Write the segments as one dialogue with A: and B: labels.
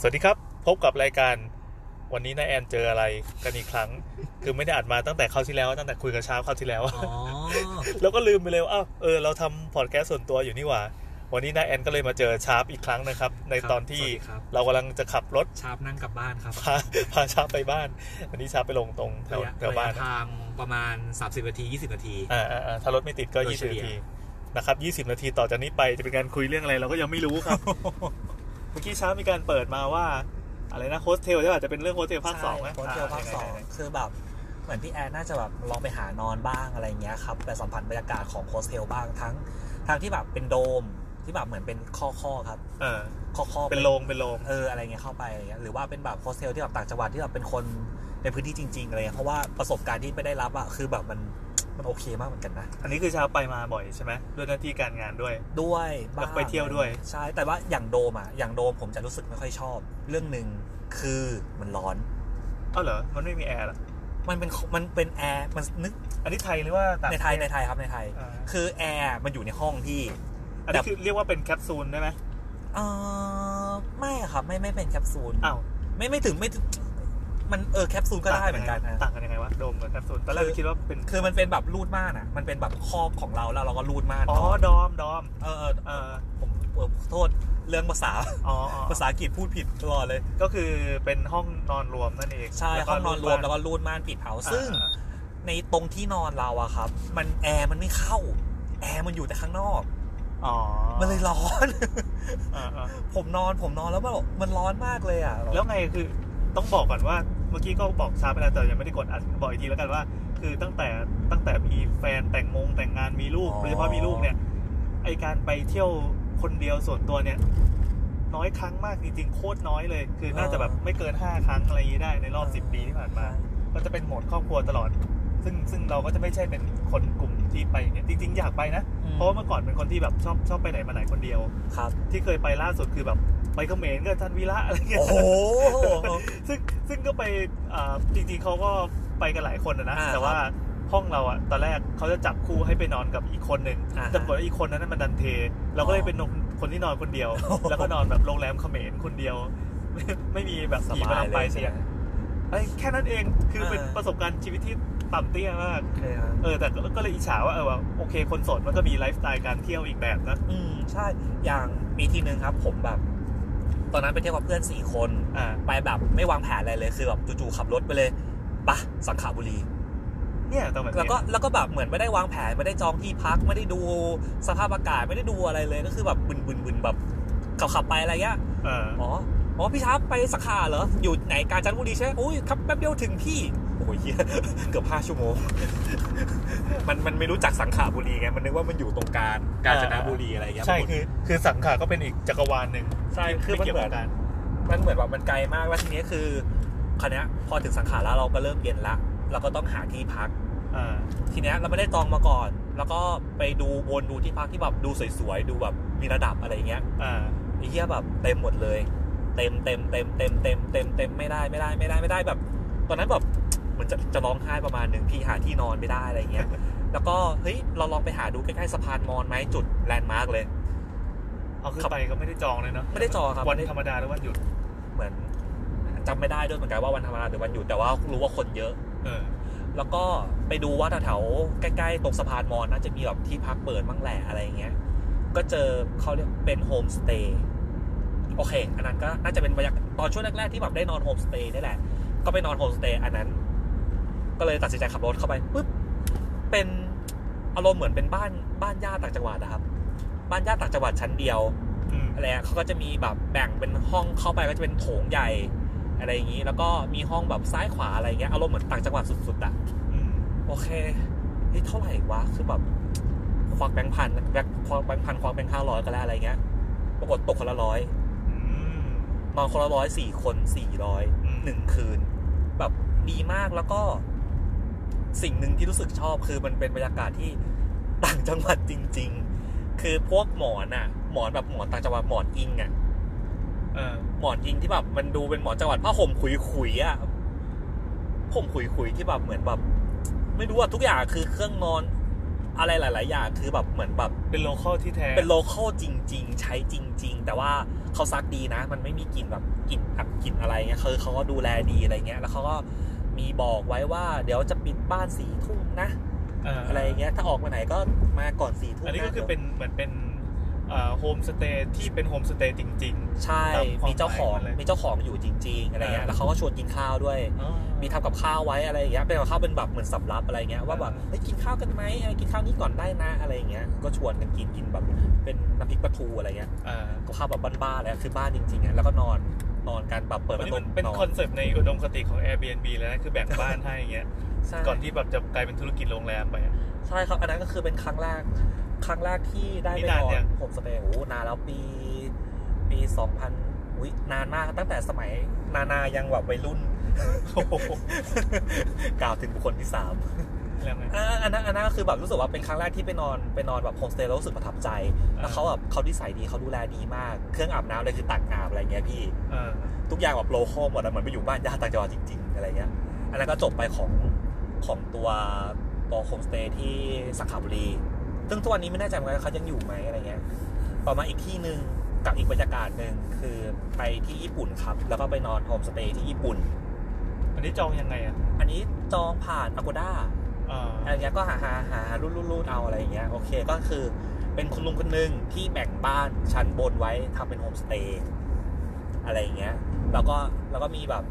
A: สวัสดีครับ พบกับรายการวันนี้นายแอนเจออะไรกันอีกครั้ง คือไม่ได้อัดมาตั้งแต่คราวที่แล้ว ตั้งแต่คุยกับเช้าคราวที่แล้ว
B: อ๋อ
A: แล้วก็ลืมไปเลยว่าอ้าวเออเราทำพอดแคสต์ส่วนตัวอยู่นี่หว่า วันนี้นายแอนก็เลยมาเจอชาร์ปอีกครั้งนะครับ ใน
B: ครับ
A: ตอนที่
B: สวัสดีครับ
A: เรากำลังจะขับรถ
B: ชาร์ปนั่งกลับบ้านครับ
A: พาพาชาร์ปไปบ้าน วันนี้ชาร์ปไปลงตรงแถวย
B: ระะ
A: แถวบ้าย
B: ระะ
A: น
B: ทางประมาณ 30นาที 20นาที
A: อ่าอ่าอ่าถ้ารถไม่ติดก็
B: โดย
A: ยี่
B: เฉ
A: สิบ
B: ลี่
A: นาย ทีนะครับยี่สิบนาทีต่อจากนี้ไปจะเป็นการคุยเรื่องอะไรเราก็ยังไม่รู้ครับ เมื่อกี้เช้ามีการเปิดมาว่า อะไรนะโฮสเทลใช่ป่ะจะเป็นเรื่องโฮสเทลภาคสองไหม
C: โฮสเทลภาคสอง
A: ะไหนๆ
C: คือแบบเหมือนพี่แอนน่าจะแบบลองไปหานอนบ้างอะไรเงี้ยครับไปสัมผัสบรรยากาศของโฮสเทลบ้างทั้งทั้งที่แบบเป็นโดมที่แบบเหมือนเป็นข้อข้อๆครับ
A: ๆเออ
C: ข้อข้อๆ
A: เป็นโรงเป็นโรง
C: เอออะไรเงี้ยเข้าไปอะไรเงี้ยหรือว่าเป็นแบบโฮสเทลที่แบบต่างจังหวัดที่แบบเป็นคนในพื้นที่จริงๆอะไรเงี้ยเพราะว่าประสบการณ์ที่ไม่ได้รับอะคือแบบมันมันโอเคมากเหมือนกันนะ
A: อันนี้คือเช้าไปมาบ่อยใช่ไหมด้วยหน้าที่การงานด้วย
C: ด้วยบ้า
A: แล้
C: ง
A: วไปเที่ยวด้วย
C: ใช่แต่ว่าอย่างโดมอะอย่างโดมผมจะรู้สึกไม่ค่อยชอบ เรื่องหนึ่งคือมันร้อน
A: เอ้าเหรอมันไม่มีแอร์เหรอ
C: มันเป็นมันเป็นแอร์มันนึก
A: อันนี้ไทยหรือว่าต่าง
C: ในไทยในไทยครับในไทย
A: อ่า
C: คือแอร์มันอยู่ในห้องที่
A: อันนี้คือเรียกว่าเป็นแคปซูลได้ไหม
C: เออไม่อะครับ ไม่ไม่เป็นแคปซูล
A: อ้าว
C: ไม่ไม่ถึงไม่ถึงมันเออแคปซูลก็ได้เหมือนกัน
A: ต่าง
C: นะ
A: ต่างกันยังไงวะโดมกับแคปซูลตอนแรก
C: คือ
A: คิดว่าเป็น
C: คือมันเป็นแบบรูดม่านอ่ะ มันเป็นแบบครอบของเราแล้วเราก็รูดม่าน
A: อ๋อดอมดอม
C: เออเออ
A: เออ
C: ผมเออโทษเรื่องภาษา
A: อ๋ออ๋อ
C: ภาษาอังกฤษพูดผิดตลอดเลย
A: ก็คือเป็นห้องนอนรวมนั่นเอง
C: ใช่
A: แล้ว
C: ห้
A: ก็
C: องนอนรวมแล้วก็รูดม่านปิดเผา
A: อ่า
C: ซึ่งในตรงที่นอนเราอะครับ มันแอร์มันไม่เข้า แอร์มันอยู่แต่ข้างนอก
A: อ๋อ
C: มันเลยร้อน
A: อ่าอ่า
C: ผมนอนผมนอนแล้วมันมันร้อนมากเลยอะ
A: แล้วไงคือต้องบอกก่อนว่าเมื่อกี้ก็บอกช้าไปแล้วแต่ยังไม่ได้กดอัดบอกอีกทีแล้วกันว่า คือตั้งแต่ตั้งแต่มีแฟนแต่งงงแต่งงานมีลูก
C: อ๋อ
A: โดยเฉพาะมีลูกเนี่ยไอการไปเที่ยวคนเดียวส่วนตัวเนี่ย น้อยครั้งมากจริงๆโคตรน้อยเลย คือน่าจะแบบไม่เกินห้าครั้งอะไรอย่างนี้ได้ในรอบสิบปีที่ผ่านมา ก็จะเป็นโหมดครอบครัวตลอด ซึ่งซึ่งเราก็จะไม่ใช่เป็นคนกลุ่มที่ไปอย่างเงี้ยจริง ๆ อยากไปนะ
C: อืม
A: เพราะว่าเมื่อก่อนเป็นคนที่แบบชอบชอบไปไหนมาไหนคนเดียว
C: ครับ
A: ที่เคยไปล่าสุดคือแบบไปเขมรกับทันวีระอะไรเงี้ย
C: โอ้โห
A: ซึ่งซึ่งก็ไปอ่าจริงๆเขาก็ไปกันหลายคนนะนะ
C: อ่าครับ
A: แต่ว่าห้องเราอะตอนแรกเขาจะจับคู่ให้ไปนอนกับอีกคนหนึ่ง
C: อ่าฮะ
A: แต่ปรากฏว่าอีกคนนั้นนะมันดันเท เราก็เลยเป็นคนคนที่นอนคน เดียว
C: โอ้โห
A: แล้วก็นอนแบบโรงแรมเขมรคนเดียว ไม่ไม่มีแบบผีมาลำไปเสียงเอ้ยแค่นั้นเองคือเป็น
C: อ่า
A: ประสบการณ์ชีวิตที่ต่ำเตี้ยมาก
C: โอเคครับ
A: เออแต่ก็ก็เลยอิจฉาว่าเออว่าโอเคคนโสดมันก็มีไลฟ์สไตล์การเที่ยวอีกแบบนะ
C: อืมใช่ อย่างปีที่หนึ่งครับ ผมแบบ ตอนนั้นไปเที่ยวกับเพื่อนสี่คน
A: อ่า
C: ไปแบบไม่วางแผนอะไรเลย คือแบบจู่ๆขับรถไปเลยปะสังขบุรี
A: เนี่ยต้องแบบนี้
C: แล้วก็แล้วก็แบบเหมือนไม่ได้วางแผนไม่ได้จองที่พักไม่ได้ดูสภาพอากาศไม่ได้ดูอะไรเลย ก็คือแบบบึนบึนบึนแบบขับขับไปอะไรเงี้ย
A: เออ
C: อ๋อ อ๋อพี่ช้าไปสังขาเหรอ อยู่ไหนกาญจนบุรีใช่ไหมอุ้ยครับแป๊บเดียวถึงพี่ โอ้ยเหี้ย เกือบห้าชั่วโมง มันมันไม่รู้จักสังขาบุรีไง มันนึกว่ามันอยู่ตรงกาญกาญจนบุรีอะไรอย่างเงี้ย
A: ใช่คือคือสังขารก็เป็นอีกจักรวาลหนึ่ง
C: ใช่คือ
A: ที่
C: มัน
A: ไเกี่ยว
C: เหมือ
A: กัน บการ
C: มันเหมือนแบบมันไกลมากแล้วทีเนี้ยคือคราวเนี้ยพอถึงสังขารแล้วเราก็เริ่มเย็นละ เราก็ต้องหาที่พัก
A: อ่า
C: ทีเนี้ยเราไม่ได้จองมาก่อน แล้วก็ไปดูวนดูที่พักที่แบบดูสวยๆ ดูแบบมีระดับอะไรอย่างเงี้ย
A: อ่า
C: ไอ้เหี้ยแบบเต็มหมดเลย เต็มเต็มเต็มเต็มเต็มเต็มเต็มไม่ได้ไม่ได้ไม่ได้ไม่ได้แบบ ตอนนั้นแบบเหมือนจะจะร้องไห้ประมาณหนึ่งพี่หาที่นอนไม่ได้อะไรเงี้ย แล้วก็เฮ้ยเราลองไปหาดูใกล้ๆสะพานมอนไหมจุดแลนด์มาร์กเลย
A: เอาขึ้น
C: ครับ
A: ไปก็ไม่ได้จองเลยเนาะ
C: ไม่ได้จองครับ
A: วัน
C: ไม่ได้
A: ธรรมดาหรือวันหยุด
C: เหมือนจำไม่ได้ด้วยเหมือนกันว่าวันธรรมดาหรือวันหยุดแต่ว่ารู้ว่าคนเยอะ
A: เออ
C: แล้วก็ไปดูว่าแถวๆใกล้ๆตรงสะพานมอนน่าจะมีแบบที่พักเปิดบ้างแหละอะไรเงี้ย ก็เจอเขาเรียกเป็นโฮมสเตย์โอเค อันนั้นก็น่าจะเป็นบรรยากาศตอนช่วงแรกๆที่แบบได้นอนโฮมสเตย์นี่แหละ ก็ไปนอนโฮมสเตย์อันนั้น ก็เลยตัดสินใจขับรถเข้าไปปุ๊บเป็นอารมณ์เหมือนเป็นบ้านบ้านญาติต่างจังหวัดนะครับ บ้านญาติต่างจังหวัดชั้นเดียว
A: อืม
C: อะไรอะเขาก็จะมีแบบแบ่งเป็นห้องเข้าไปก็จะเป็นโถงใหญ่ อะไรอย่างนี้ แล้วก็มีห้องแบบซ้ายขวาอะไรเงี้ยอารมณ์เหมือนต่างจังหวัดสุดๆอะ
A: อืม
C: โอเคนี่เท่าไหร่วะ คือแบบควักแบงค์พันแบงค์ควักแบงค์พันควักแบงค์ห้าร้อยก็แล้วอะไรเงี้ย ปรากฏตกคนละร้อย
A: อืม
C: นอนคนละร้อยสี่คนสี่ร้อย
A: อืม
C: หนึ่งคืน แบบดีมากแล้วก็ สิ่งหนึ่งที่รู้สึกชอบคือมันเป็นบรรยากาศที่ต่างจังหวัดจริง ๆ คือพวกหมอนอะหมอนแบบหมอนต่างจังหวัดหมอนอิงอะ
A: เออ
C: หมอนอิงที่แบบมันดูเป็นหมอนจังหวัดผ้าห่มขุยๆอะผมขุยๆที่แบบเหมือนแบบ ไม่รู้อะทุกอย่างคือเครื่องนอน อะไรหลาย ๆ อย่างคือแบบเหมือนแบบ
A: เป็นโลคอลที่แท้
C: เป็นโลเคอลจริง ๆ ใช้จริง ๆ แต่ว่าเขาซักดีนะ มันไม่มีกลิ่นแบบกลิ่นอับกลิ่นอะไรเงี้ยคือเขาก็ดูแลดีอะไรเงี้ย แล้วเขาก็มีบอกไว้ว่า เดี๋ยวจะปิดบ้านสี่ทุ่มนะ
A: า
C: อะไรเงี้ย ถ้าออกมาไหนก็มาก่อนสี่ทุ่ม
A: อันนี้ก็คือเป็นเหมือนเป็นโฮมสเตย์ที่เป็นโฮมสเตย์จริง
C: ใช่
A: ตามความ
C: มีเจ้าของ
A: หมายมันเลย
C: มีเจ้าของอยู่จริง ๆ อะไรเงี้ย
A: อ่า
C: แล้วเขาก็ชวนกินข้าวด้วย
A: ๆ
C: มีทำกับข้าวไว้อะไรอย่างเงี้ย เป็นกับข้าวเป็นแบบเหมือนสำรับอะไรเงี้ยว่าแบบ
A: อ่า
C: เฮ้ยกินข้าวกันไหมเอ้ยกินข้าวนี้ก่อนได้นะอะไรอย่างเงี้ย ก็ชวนกันกินกินแบบเป็นน้ำพริกปลาทูอะไรเงี้ย
A: อ่า
C: ก็เข้าแบบบ้านๆเลยคือบ้านจริงๆอ่ะแล้วก็นอนนอนกันแบบเปิด
A: อัน
C: พัด
A: นี้
C: ล
A: มั
C: ม
A: นเป็น
C: นอ
A: คอน นเซปต์ในอุดมคติของ Airbnb แล้วนะคือแบ่งบ้านให้อย่างเงี้ย
C: ใช่
A: ก่อนที่แบบจะกลายเป็นธุรกิจโรงแรมไปอะ
C: ใช่ครับ อันนั้นก็คือเป็นครั้งแรก ครั้งแรกที่ได้ไป
A: นี่นาน
C: นอ
A: ยั
C: น
A: ง
C: ผมสเปนโอ้โหนานแล้วปี ปีสองพันวินานมากตั้งแต่สมัยนานายังแบบวัยรุ่น
A: โอ้โห
C: กล่าวถึงบุคคลที่สาม
A: แล้วไง
C: อ่าอันนั้นอันนั้นก็คือแบบรู้สึกว่าเป็นครั้งแรกที่ไปนอนไปนอนแบบโฮมสเตย์แล้วรู้สึกประทับใจ แล้ว
A: อ่า
C: เขาแบบเขาดีไซน์ดีเขาดูแลดีมาก เครื่องอาบน้ำเลยคือตักอาบอะไรเงี้ยพี่
A: เออ
C: ทุกอย่างแบบโลคอลหมดอะเหมือนไปอยู่บ้านญาติต่างจังหวัดจริง ๆ อะไรเงี้ย อันนั้นก็จบไปของของตัวตัวโฮมสเตย์ที่สังขบุรี ซึ่งทุกวันนี้ไม่แน่ใจเหมือนกันว่าเขายังอยู่ไหมอะไรเงี้ย ต่อมาอีกที่หนึ่งกับอีกบรรยากาศหนึ่งคือไปที่ญี่ปุ่นครับ แล้วก็ไปนอนโฮมสเตย์ที่ญี่ปุ่น
A: อันนี้จองยังไงอ่ะ
C: อันนี้จองผ่าน Agoda
A: เออ
C: อะไรเงี้ยก็หาหาหารูดรูดรูดเอาอะไรเงี้ย โอเค ก็คือเป็นคุณลุงคนหนึ่งที่แบ่งบ้านชั้นบนไว้ทำเป็นโฮมสเตย์อะไรเงี้ย แล้วก็แล้วก็มีแบบ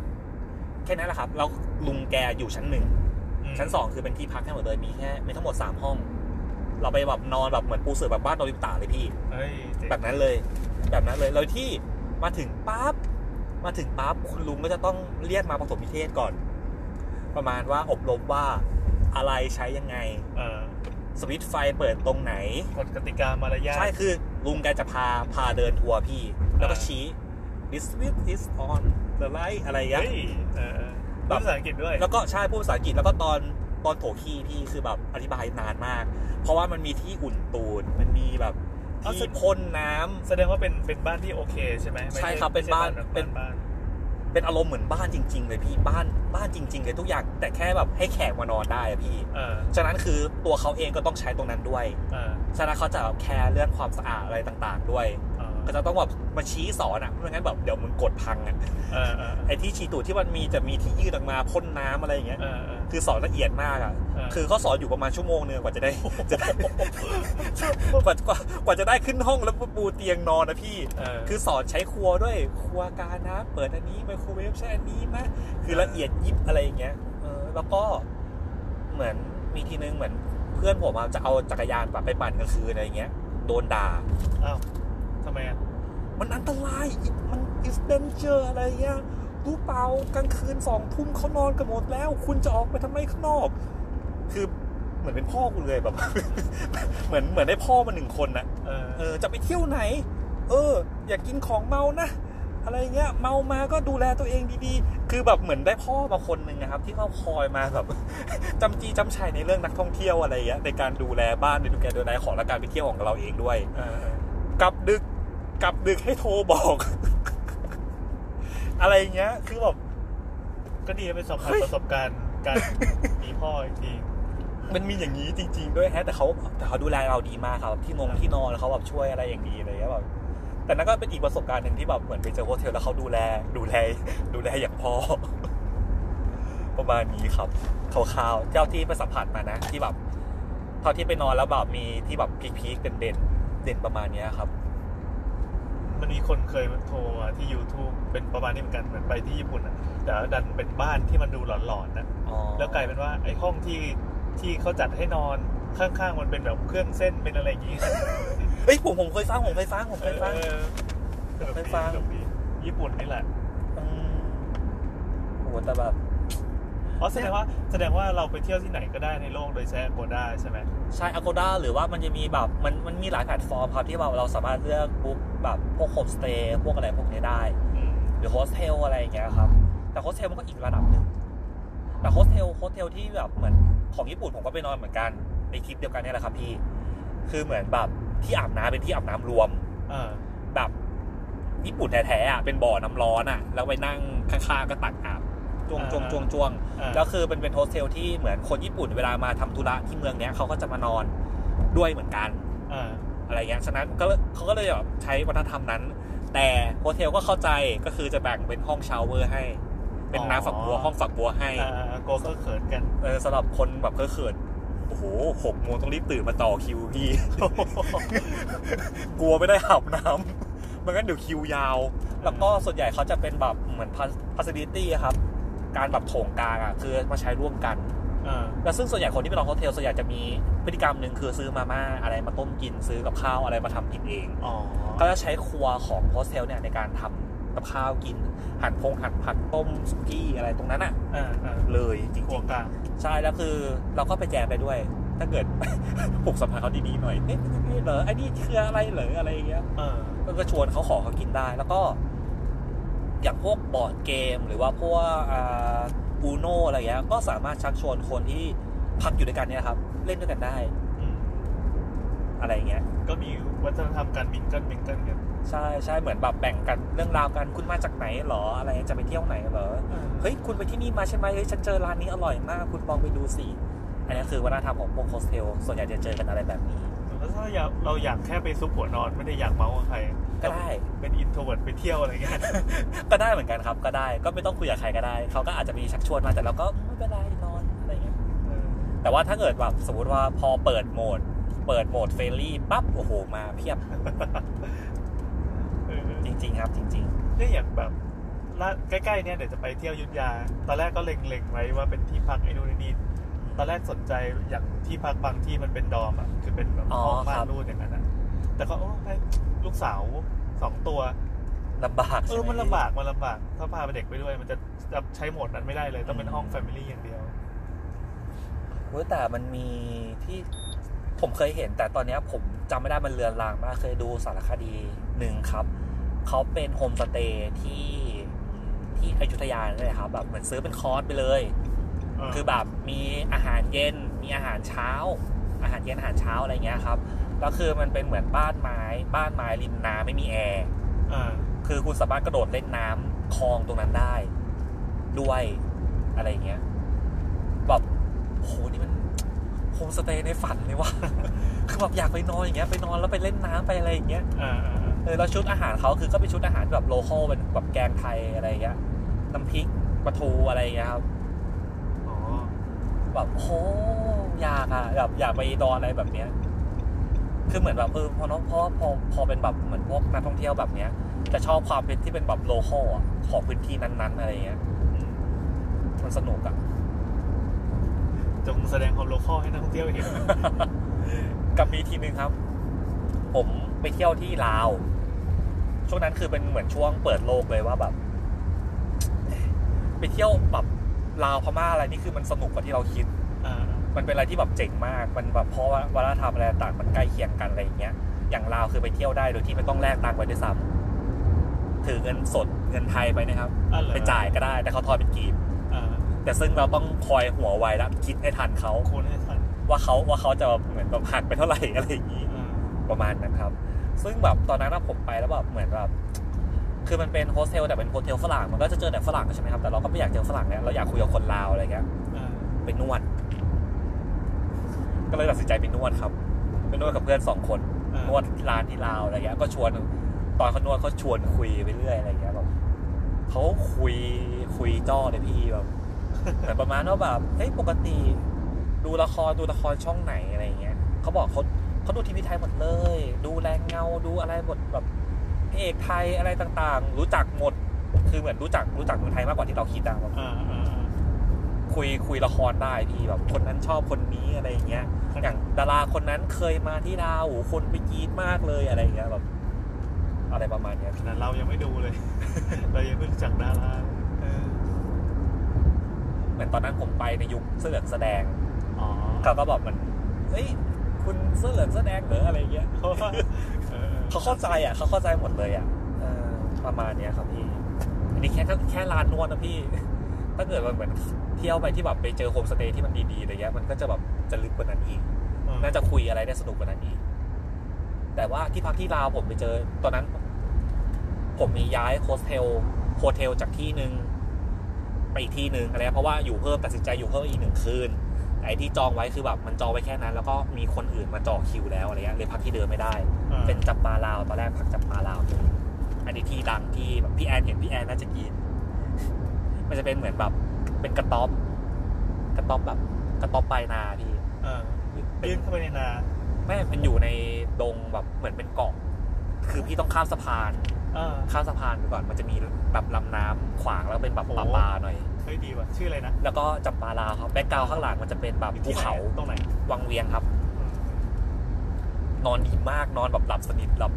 C: แค่นั้นแหละครับแล้วลุงแกอยู่ชั้นหนึ่ง
A: ม
C: ชั้นสองคือเป็นที่พักแค่หมดเลยมีแค่มีทั้งหมดสามห้อง เราไปแบบนอนแบบเหมือนปูเสือแบบบ้านโดริตาเลยพี่
A: เฮ้ยเจ๋ง
C: แบบนั้นเลย แบบนั้นเลยแล้วที่มาถึงปั๊บมาถึงปั๊บคุณลุงก็จะต้องเรียกมาประถมนิเทศก่อน ประมาณว่าอบรมว่าอะไรใช้ยังไง
A: เออ
C: สวิตช์ไฟเปิดตรงไหน
A: กฎกติกามารยาท
C: ใช่คือลุงแกจะพาพาเดินทัวร์พี่ แล้วก็
A: อ่า
C: ชี้ this switch is on the light อะไรอย่างเงี้ย
A: เฮ้ยเออ
C: แบบ
A: ภาษาอังกฤษด้วย
C: แล้วก็ใช่พูดภาษาอังกฤษแล้วก็ตอนตอนโถขี้พี่คือแบบอธิบายนานมาก เพราะว่ามันมีที่อุ่นตูดมันมีแบบที่พ่นน้ำ
A: แสดงว่าเป็นเป็นบ้านที่โอเคใช่ไหมไม่
C: ใช่ครับเป็น
A: ไม่ใช่
C: บ้าน
A: เป็
C: เป็
A: น นบ้าน
C: เป็นอารมณ์เหมือนบ้านจริง ๆ เลยพี่บ้านบ้านจริง ๆ เลยทุกอย่าง แต่แค่แบบให้แขกมานอนได้อะพี่
A: เออ
C: ฉะนั้นคือตัวเขาเองก็ต้องใช้ตรงนั้นด้วย
A: เออ
C: ฉะนั้นเขาจะแคร์เรื่องความสะอาดอะไรต่างๆ ด้วย
A: เออ
C: ก็จะต้องแบบมาชี้สอนอ่ะไม่งั้นแบบเดี๋ยวมึงกดพังอ่ะ
A: เออเออ
C: ไอ้ที่ชี้ตูดที่มันมีจะมีที่ยืดออกมาพ่นน้ำอะไรอย่างเงี้ย
A: เออเออ
C: คือสอนละเอียดมากอ่ะ
A: อ่า
C: คือเขาสอนอยู่ประมาณชั่วโมงเนึงกว่าจะได้ จะได้กว่ากว่ากว่าจะได้ขึ้นห้องแล้วปูเตียงนอนนะพี่
A: เออ
C: คือสอนใช้ครัวด้วยครัวกานะเปิดอันนี้ไมโครเวฟใช้อันนี้นะคือละเอียดยิบอะไรอย่างเงี้ยเออแล้วก็เหมือนมีทีนึงเหมือนเพื่อนผมอะจะเอาจักรยานแบบไปปั่นกลางคืนอะไรอย่างเงี้ยโดนด่า
A: อ้าวทำไมอ่ะ
C: มันอันตราย it- มัน is danger อะไรเงี้ยรู้เปล่ากลางคืนสองทุ่มเขานอนกันหมดแล้ว คุณจะออกไปทำไมข้างนอก คือเหมือนเป็นพ่อกูเลยแบบ เหมือนเหมือนได้พ่อมาหนึ่งคนนะ
A: เออ
C: เออจะไปเที่ยวไหน เออ อย่ากินของเมานะ อะไรเงี้ย เมามาก็ดูแลตัวเองดีๆ คือแบบเหมือนได้พ่อมาคนหนึ่งนะครับ ที่เขาคอยมาแบบ จำจีจำชัยในเรื่องนักท่องเที่ยวอะไรเงี้ยในการดูแลบ้านในดูแลดูแลของและการไปเที่ยวของเราเองด้วย
A: เออ
C: กลับดึกกลับดึกให้โทรบอก อะไรเงี้ย คือแบบ
A: ก็ดีเป็นสำคัญ
C: เฮ้ย
A: ประสบการณ์ การมีพ่ออีกที
C: มันมีอย่างนี้จริง ๆ ด้วยแฮะแต่เขาแต่เขาดูแลเราดีมากครับ ที่นงที่นอนแล้วเขาแบบช่วยอะไรอย่างดีเลยอะแบบแต่นั่นก็เป็นอีกประสบการณ์หนึ่งที่แบบเหมือนไปเจอโฮเทลแล้วเขาดูแลดูแล ดูแลอย่าง พ่อ ประมาณนี้ครับข่าวๆเจ้าที่ไปสัมผัสมานะ ที่แบบเท่าที่ไปนอนแล้วแบบมีที่แบบพีคๆเด่นๆเด่นประมาณเนี้ยครับ
A: มันมีคนเคยโทรมาที่ YouTube เป็นประมาณนี้เหมือนกันเหมือนไปที่ญี่ปุ่นอ่ะ แต่ว่าดันเป็นบ้านที่มันดูหลอนๆนะ
C: อ๋อ
A: แล้วกลายเป็นว่าไอ้ห้องที่ที่เขาจัดให้นอนข้างๆมันเป็นแบบเครื่องเส้นเป็นอะไร อย่างงี้
C: เอ้ยผมผมเคยฟังผมเคยฟังผมเคยฟัง
A: เออเออ
C: ไปฟัง
A: สนุกดีญี่ปุ่นนี่แหละ
C: มโอ้โหแต่แบบ
A: อ๋อแสดงว่าแสดงว่าเราไปเที่ยวที่ไหนก็ได้ในโลกโดยใช้โกด้าใช่ไหม
C: ใช่ Agoda หรือว่ามันจะมีแบบมันมันมีหลายแพลตฟอร์มครับที่แบบเราสามารถเลือกบุ๊กแบบพวกโฮมสเตย์พวกอะไรพวกนี้ได้
A: อืม
C: หรือโฮสเทลอะไรอย่างเงี้ยครับ แต่โฮสเทลมันก็อีกระดับหนึ่งแต่โฮสเทลโฮสเทลที่แบบเหมือนของญี่ปุ่นผมก็ไปนอนเหมือนกันในคลิปเดียวกันเนี่ยแหละครับพี่ คือเหมือนแบบที่อาบน้ำเป็นที่อาบน้ำรวม
A: เออ
C: แบบญี่ปุ่นแท้ๆอ่ะเป็นบ่อน้ำร้อนอ่ะ แล้วไปนั่งข้างๆก็ตักอาบจ้วงจ้วงจ้วงจ้วง
A: เออ
C: แล้วคือเป็นเป็นโฮสเทลที่เหมือนคนญี่ปุ่นเวลามาทำธุระที่เมืองเนี้ยเขาก็จะมานอน ด้วยเหมือนกัน
A: อ่า
C: อะไรเงี้ย ฉะนั้นก็เขาก็เลยแบบใช้วัฒนธรรมนั้น แต่โฮเทลก็เข้าใจก็คือจะแบ่งเป็นห้องชาวเวอร์ให้ เป็นน้ำฝักบัวห้องฝักบัวให้
A: อ่าอ่าโกลัวก็เขินกัน
C: เออสำหรับคนแบบเพ้อเขินโอ้โหหกโมงต้องรีบตื่นมาต่อคิวพี่ กลัวไม่ได้อาบน้ำมันงั้นเดี๋ยวคิวยาว แล้วก็ส่วนใหญ่เขาจะเป็นแบบเหมือนพัสดิตี้ครับ การแบบโถงกลางอ่ะคือมาใช้ร่วมกัน
A: อ่า
C: แล้วซึ่งส่วนใหญ่คนที่ไปนอนโฮเทลส่วนใหญ่จะมีพฤติกรรมหนึ่งคือซื้อมาม่าอะไรมาต้มกินซื้อกับข้าวอะไรมาทำกินเอง
A: อ๋อ
C: ก็จะใช้ครัวของโฮสเทลเนี่ยในการทำกับข้าวกิน หั่นพงหั่นผักต้มสุกี้อะไรตรงนั้นอ่ะ
A: อ่าอ่า
C: เลยจริง
A: หัวกลาง
C: ๆใช่แล้วคือเราก็ไปแจมไปด้วย ถ้าเกิด ปลุกสัมผัสเขาดีๆหน่อยเอ๊ะนี่เหรอไอ้นี่คืออะไรเหรออะไรอย่างเงี้ย
A: เออ
C: ก็ก็ชวนเขาขอเขากินได้ แล้วก็ อย่างพวกบอร์ดเกม หรือว่าพวกอูโนอะไรเงี้ย ก็สามารถชักชวนคนที่พักอยู่ด้วยกันเนี่ยครับ เล่นด้วยกันได้
A: อืม
C: อะไรเงี้ย
A: ก็มีวัฒนธรรมการมิงเกิลมิงเกิลกัน
C: ใช่ใช่เหมือนแบบแบ่งกันเรื่องราวกันคุณมาจากไหนเหรอ อะไรจะไปเที่ยวไหนเหรอ เฮ้ย คุณไปที่นี่มาใช่ไหมเฮ้ยฉันเจอร้านนี้อร่อยมาก คุณลองไปดูสิ อันนี้คือวัฒนธรรมของพวกโฮสเทล ส่วนใหญ่จะเจอกันอะไรแบบนี้
A: แล้วถ้าเราเราอยากแค่ไปซุปหัวนอนไม่ได้อยากเมาส์กับใคร
C: ก็ได้
A: เป็นอินโทรเวิร์ดไปเที่ยวอะไรเงี้ย
C: ก็ได้เหมือนกันครับ ก็ได้ ก็ไม่ต้องคุยกับใครก็ได้ เขาก็อาจจะมีชักชวนมา แต่เราก็ไม่เป็นไรนอนอะไรเงี้ย
A: เออ
C: แต่ว่าถ้าเกิดแบบสมมติว่าพอเปิดโหมด เปิดโหมดเฟรนลี่ปั๊บโอ้โหมาเพียบ
A: เออ
C: จริง ๆ ครับ จริง
A: เนี่ยอย่างแบบล่าใกล้ๆเนี่ยเดี๋ยวจะไปเที่ยวอยุทธยา ตอนแรกก็เล็งๆไว้ว่าเป็นที่พักไอ้นู่นไอ้นี่ตอนแรกสนใจอย่างที่พักบางที่มันเป็นดอมอ่ะคือเป็นแบบ
C: อ๋อ
A: ห้องม่า
C: คน รับ
A: รูดอย่างนั้นอ่ะแต่ก็โอ้ได้ลูกสาวสองตัว
C: ๆลำบาก
A: เอ
C: ใช่
A: อ
C: ไห
A: มันลำบาก มันลำบาก ถ้าพาเด็กไปด้วย มันจะจะใช้โหมดนั้นไม่ได้เลย ต้องเป็นห้องแฟมิลี่อย่างเดียว
C: เว้ยแต่มันมีที่ผมเคยเห็น แต่ตอนเนี้ยผมจำไม่ได้มันเลือนลางมากเคยดูสารคดีหนึ่งครับ เขาเป็นโฮมสเตย์ที่ที่อยุธยาเลยครับ แบบเหมือนซื้อเป็นคอร์สไปเลย คือแบบมีอาหารเย็นมีอาหารเช้า อาหารเย็นอาหารเช้าอะไรเงี้ยครับแล้วคือมันเป็นเหมือนบ้านไม้บ้านไม้ริมน้ำไม่มีแอร์
A: อ่า
C: คือคุณสามารถกระโดดเล่นน้ำคลองตรงนั้นได้ ด้วยอะไรอย่างเงี้ยแบบโอ้โหนี่มันโฮมสเตย์ในฝันเลยว่ะ คือแบบอยากไปนอนอย่างเงี้ยไปนอนแล้วไปเล่นน้ำไปอะไรอย่างเงี้ย
A: อ่าอ่า
C: เออแล้วชุดอาหารเขาคือก็เป็นชุดอาหารแบบโลคอลเป็นแบบแกงไทยอะไรอย่างเงี้ยน้ำพริกปลาทูอะไรอย่างเงี้ยครับ
A: อ๋อ
C: แบบโอ้โหอยากอะแบบอยากไปนอนอะไรแบบเนี้ยคือเหมือนแบบเออพอเนอะพอพอพอเป็นแบบเหมือนพวกนักท่องเที่ยวแบบเนี้ยจะชอบความเป็นที่เป็นแบบโลคอลอะของพื้นที่นั้นๆอะไรอย่างเงี้ย มันสนุกอะ
A: จงแสดงความโลคอลให้นักท่องเที่ยวเห็น
C: กับมีทีหนึ่งครับ ผมไปเที่ยวที่ลาว ช่วงนั้นคือเป็นเหมือนช่วงเปิดโลกเลยว่าแบบ ไปเที่ยวแบบลาวพม่าอะไรนี่คือมันสนุกกว่าที่เราคิด
A: อ่า
C: มันเป็นอะไรที่แบบเจ๋งมาก มันแบบเพราะว่าวัฒนธรรมอะไรต่างมันใกล้เคียงกันอะไรอย่างเงี้ย อย่างลาวคือไปเที่ยวได้โดยที่ไม่ต้องแลกตังค์ไปด้วยซ้ำถือเงินสดเงินไทยไปนะครับ
A: อ่าเหรอ
C: ไปจ่ายก็ได้ แต่เขาทอยเป็นกีบ
A: อ่า
C: แต่ซึ่งเราต้องคอยหัวไวและคิดให้ทันเขา
A: คุณให้ทัน
C: ว่าเขาว่าเขาจะแบบเหมือนแบบหักไปเท่าไหร่อะไรอย่างงี้
A: อ่า
C: ประมาณนั้นครับ ซึ่งแบบตอนนั้นอะผมไปแล้วแบบเหมือนแบบ คือมันเป็นโฮสเทลแต่เป็นโฮสเทลฝรั่ง มันก็จะเจอแต่ฝรั่งใช่ไหมครับ แต่เราก็ไม่อยากเจอฝรั่งเนี่ยเราอยากคุยกับคนลาวอะไรเงี้ย
A: อ่า
C: ไปนวด ก็เลยตัดสินใจไปนวดครับ ไปนวดกับเพื่อนสองคน
A: อ่าน
C: วดร้านที่ลาวอะไรเงี้ย ก็ชวน ตอนเขานวดเขาชวนคุยไปเรื่อยอะไรเงี้ยแบบเขาคุยคุยจ้อเลยพี่แบบ แต่ประมาณว่าแบบเฮ้ยปกติ ดูละครดูละครช่องไหนอะไรเงี้ยเขาบอกเขาเขาดูทีวีไทยหมดเลย ดูแรงเงาดูอะไรหมดแบบพระเอกไทยอะไรต่างๆ รู้จักหมด คือเหมือนรู้จักรู้จักเมืองไทยมากกว่าที่เราคิดอะแบบ
A: อ่าอ่า
C: คุยคุยละครได้พี่แบบคนนั้นชอบคนนี้อะไรอย่างเงี้ย
A: อ่า
C: อย่างดาราคนนั้นเคยมาที่ดาวโอ้โหคนไปกรีดมากเลยอะไรอย่างเงี้ยแบบ อะไรประมาณเนี้ย
A: ข
C: พี่
A: นาดเรายังไม่ดูเลย เรายังไม่รู้จักดาราเออ
C: เหมือนตอนนั้นผมไปในยุคเสื้อเหลืองแสอแดง
A: อ๋อ
C: เขาก็บอกมันเอ้ย คุณเสื้อเหลืองแสอแดงเหรออะไรอย่างเงี้ย
A: เพราะว่าเออ
C: เขาเข้าใจอ่ะเขาเข้าใจหมดเลยอ่ะเออประมาณเนี้ยครับพี่อันนี้แค่แค่ร้านนวดนะพี่ ถ้าเกิดมันเหมือนเที่ยวไปที่แบบไปเจอโฮมสเตย์ที่มันดีๆอะไรเงี้ยมันก็จะแบบจะลึกกว่านั้นอีก
A: เออ
C: น่าจะคุยอะไรได้สนุกกว่านั้นอีก แต่ว่าที่พักที่ลาวผมไปเจอ ตอนนั้น ผมมีย้ายโฮสเทลโฮเทลจากที่หนึ่งไปอีกที่หนึ่งอะไรเงี้ยเพราะว่าอยู่เพิ่มตัดสินใจอยู่เพิ่มอีกหนึ่งคืน แต่ไอ้ที่จองไว้คือแบบมันจองไว้แค่นั้น แล้วก็มีคนอื่นมาจองคิวแล้วอะไรเงี้ยเลยพักที่เดิมไม่ได้
A: อ่า
C: เป็นจับปลาลาวตอนแรกพักจับปลาลาวอันนี้ที่ดังที่แบบพี่แอนเห็นพี่แอนน่าจะกิน มันจะเป็นเหมือนแบบ เป็นกระต๊อบ กระต๊อบแบบ กระต๊อบปลายนาพี่
A: เออ
C: เป็น
A: ยื่นเข้าไปในนา
C: แม่มันอยู่ในดงแบบเหมือนเป็นเกาะคือพี่ต้องข้ามสะพาน
A: เออ
C: ข้ามสะพานไปก่อนมันจะมีแบบลำน้ำขวางแล้วเป็นแบบ
A: โอ้
C: ปลาปลาๆหน่อย
A: เฮ้ยดีว่ะชื่ออะไรนะ
C: แล้วก็จับปลาลาวครับแบ็กกราวข้างหลังมันจะเป็นแบบ
A: อยู่
C: ภู
A: ที่ไหน
C: เขา
A: ตรงไหน
C: วังเวียงครับ
A: อืม
C: นอนดีมากนอนแบบหลับสนิทหลับ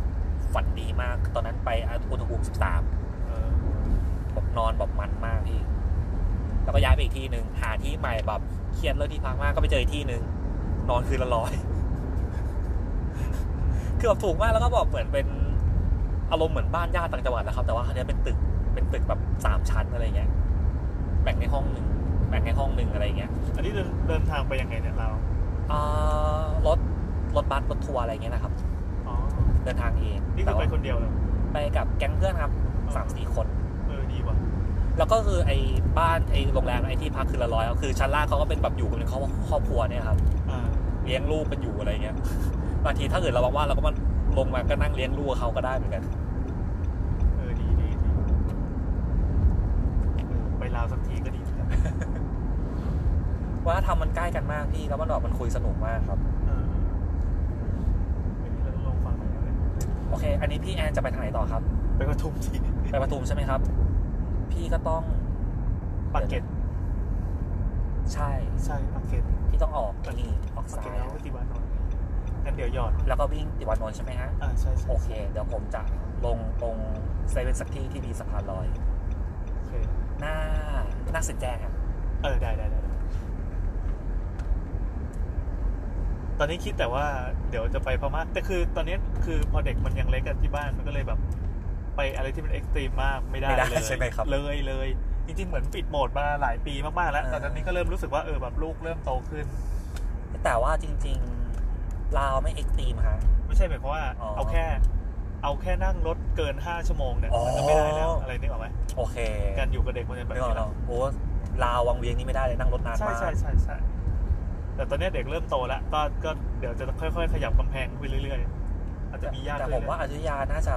C: ฝันดีมาก ตอนนั้นไปอุณหภูมิ13
A: เออ
C: แบบนอนแบบมันมากพี่ แล้วก็ย้ายไปอีกที่หนึ่งหาที่ใหม่แบบเครียดเรื่องที่พักมากก็ไปเจออีกที่หนึ่งนอนคืนละร้อย คือแบบถูกมากแล้วก็แบบเหมือนเป็นอารมณ์เหมือนบ้านญาติต่างจังหวัดนะครับ แต่ว่าครั้งนี้ยเป็นตึกเป็นตึกแบบสามชั้นอะไรเงี้ย แบ่งในห้องหนึ่งแบ่งในห้องหนึ่งอะไรเงี้ย
A: อันนี้เดินเดินทางไปยังไงเนี่ยเรา
C: อ่ารถรถบัสรถทัวร์อะไรเงี้ยนะครับ
A: อ๋อ
C: เดินทางเอง
A: นี่คื
C: แต่
A: อไป
C: ว่า
A: คนเดียวเลย
C: ไปกับแก๊งเพื่อนครับสามสี่คน
A: เออดีว่ะ
C: แล้วก็คือไอ้บ้านไอ้โรงแรมไอ้ที่พักคืนละร้อยก็คือชั้นล่างเขาก็เป็นแบบอยู่กันเป็นครอบครอบครัวเนี่ยครับ
A: อ่า
C: เลี้ยงลูกกันอยู่อะไรเงี้ย บางทีถ้าเกิดเราว่างๆเราก็มาลงมาก็นั่งเลี้ยงลูกกับเขาก็ได้เหมือนกัน
A: เออดีดีดีเออไปลาวสักทีก็ดีเหมือนกัน
C: ว่าทำมันใกล้กันมากพี่แล้วมันดอกมันคุยสนุกมากครับ
A: เออไม่มีอะไรต้องลงฟังหน่อยนะเนี่ย
C: โอเค อันนี้พี่แอนจะไปทางไหนต่อครับ
A: ไปปทุมที
C: ไปปทุมใช่ไหมครับ พี่ก็ต้อง
A: ปากเกร็ด
C: ใช่
A: ใช่ปากเกร็ด
C: พี่ต้องออกนี่ออก
A: ปาก
C: ซ้า
A: เกร็ด
C: ย
A: แล้วก็ตีวานอนท์งั้นเดี๋ยวหยอด
C: แล้วก็วิ่งติวันนนท์ใช่ไหมฮะ
A: อ่าใช่ใช่
C: โอเค เดี๋ยวผมจะลงตรงเซเว่นสักที่ที่มีสะพานลอย
A: โอเค
C: หน้าหน้าเซ็นแจ้งอะ
A: เออได้ได้ได้ได้ตอนนี้คิดแต่ว่าเดี๋ยวจะไปพม่าแต่คือตอนนี้คือพอเด็กมันยังเล็กกันที่บ้านมันก็เลยแบบ ไปอะไรที่มันเอ็กซ์ตรีมมากไม่ได้
C: ไม่ได้
A: เลย
C: ใช่ไหมครับ
A: เลยเลยจริงๆเหมือนปิดโหมดมาหลายปีมากๆแล้ว
C: เออ
A: แต่ตอนนี้ก็เริ่มรู้สึกว่าเออแบบลูกเริ่มโตขึ้น
C: แต่ว่าจริงๆ ลาวไม่เอ็กซ์ตรีมฮะ
A: ไม่ใช่หมายความว่า
C: อ๋อ
A: เอาแค่ เอาแค่นั่งรถเกินห้าชั่วโมงเนี่ย
C: อ๋อ
A: มันก็ไม่ได้แล้วอะไรนึกออกไหม
C: โอเค
A: การอยู่กับเด็กมันจะแบบ
C: นึกออ
A: นี้
C: ก
A: แล้
C: แล้ว วโอ้ลาววังเวียงนี่ไม่ได้เลยนั่งรถนาน
A: ใช่
C: มาก
A: ใช่ใช่ใช่แต่ตอนเนี้ยเด็กเริ่มโตแล้วก็ก็เดี๋ยวจะค่อยๆ ขยับกำแพงขึ้นไปเรื่อยๆ อาจจะมียาก
C: แต่
A: ขึ้น
C: ผมว่าอยุธยาน่าจะ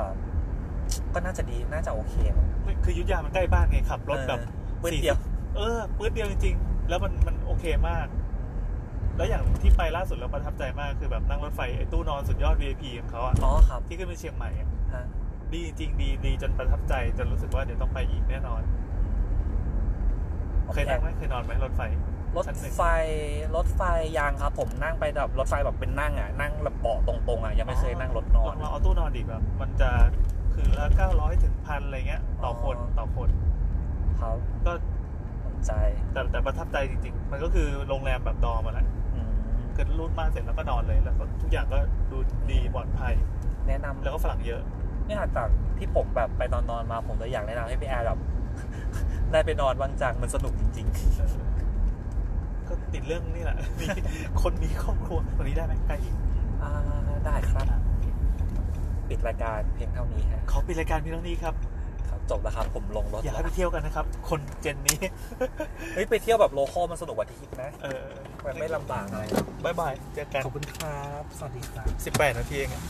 C: ก็น่าจะดีน่าจะโอเคนะ
A: เลยคืออยุธยามันใกล้บ้านไงขับรถแบบ
C: เออนิดเดียว
A: เออปื๊ดเดียวจริงๆ แล้วมันมันโอเคมาก แล้วอย่างที่ไปล่าสุดเราประทับใจมากคือแบบนั่งรถไฟไอ้ตู้นอนสุดยอด VIP ของเขาอะ
C: อ๋อครับ
A: ที่ขึ้นไปเชียงใหม่อะ
C: ฮะ
A: ดีจริงดีดีจนประทับใจจนรู้สึกว่าเดี๋ยวต้องไปอีกแน่นอน
C: โอ
A: เค
C: เค
A: ยนั่งไหมเคยนอนไหมรถไฟ
C: รถไฟรถไฟยางครับ ผมนั่งไปแบบรถไฟแบบเป็นนั่งอ่ะนั่งแบบเบาะตรงๆอ่ะยังไม่เคยนั่งรถนอ
A: ลอน งลองเอาตู้นอนดิแบบ มันจะคือละเก้าร้อยถึงพันอะไรเงี้ย ต่อคน
C: อ๋อ
A: ต่อคน
C: ครับ
A: ก็
C: สนใจ
A: แต่แต่ประทับใจจริง ๆ มันก็คือโรงแรมแบบดอมมาแหละ
C: อืม
A: คือรูดมานเสร็จแล้วก็นอนเลย แล้วก็ทุกอย่างก็ดูดีปลอดภัย
C: แนะนำ
A: แล้วก็ฝรั่งเยอะ
C: เนี่ยจากที่ผมแบบไปนอนนอนๆมาผมเลยอยากแนะนำให้พี่แอร์แบบ ได้ไปนอนบางจากมันสนุกจริง
A: ก็ติดเรื่องนี่แหละ มีคนมีครอบครัววันนี้ได้ไหมใกล้อีก
C: ๆ อ่าได้ครับ ปิดรายการเพียงเท่านี้ฮะ
A: ขอปิดรายการพี่น้องนี้ครับ
C: ครับ จบแล้วครับ ผมลงรถ
A: อย่า
C: แล้
A: ให้
C: ว
A: ไปเที่ยวกันนะครับ คนเจนนี้
C: เฮ้ย ไปเที่ยวแบบโลคอลมันสนุกกว่าที่คิดนะ
A: เออ
C: มันไม่ลำบากอะไร
A: บายบายเจอกัน
B: ขอบคุณครับ สวัสดีครับ
A: สิบแปดนาทีเองอะ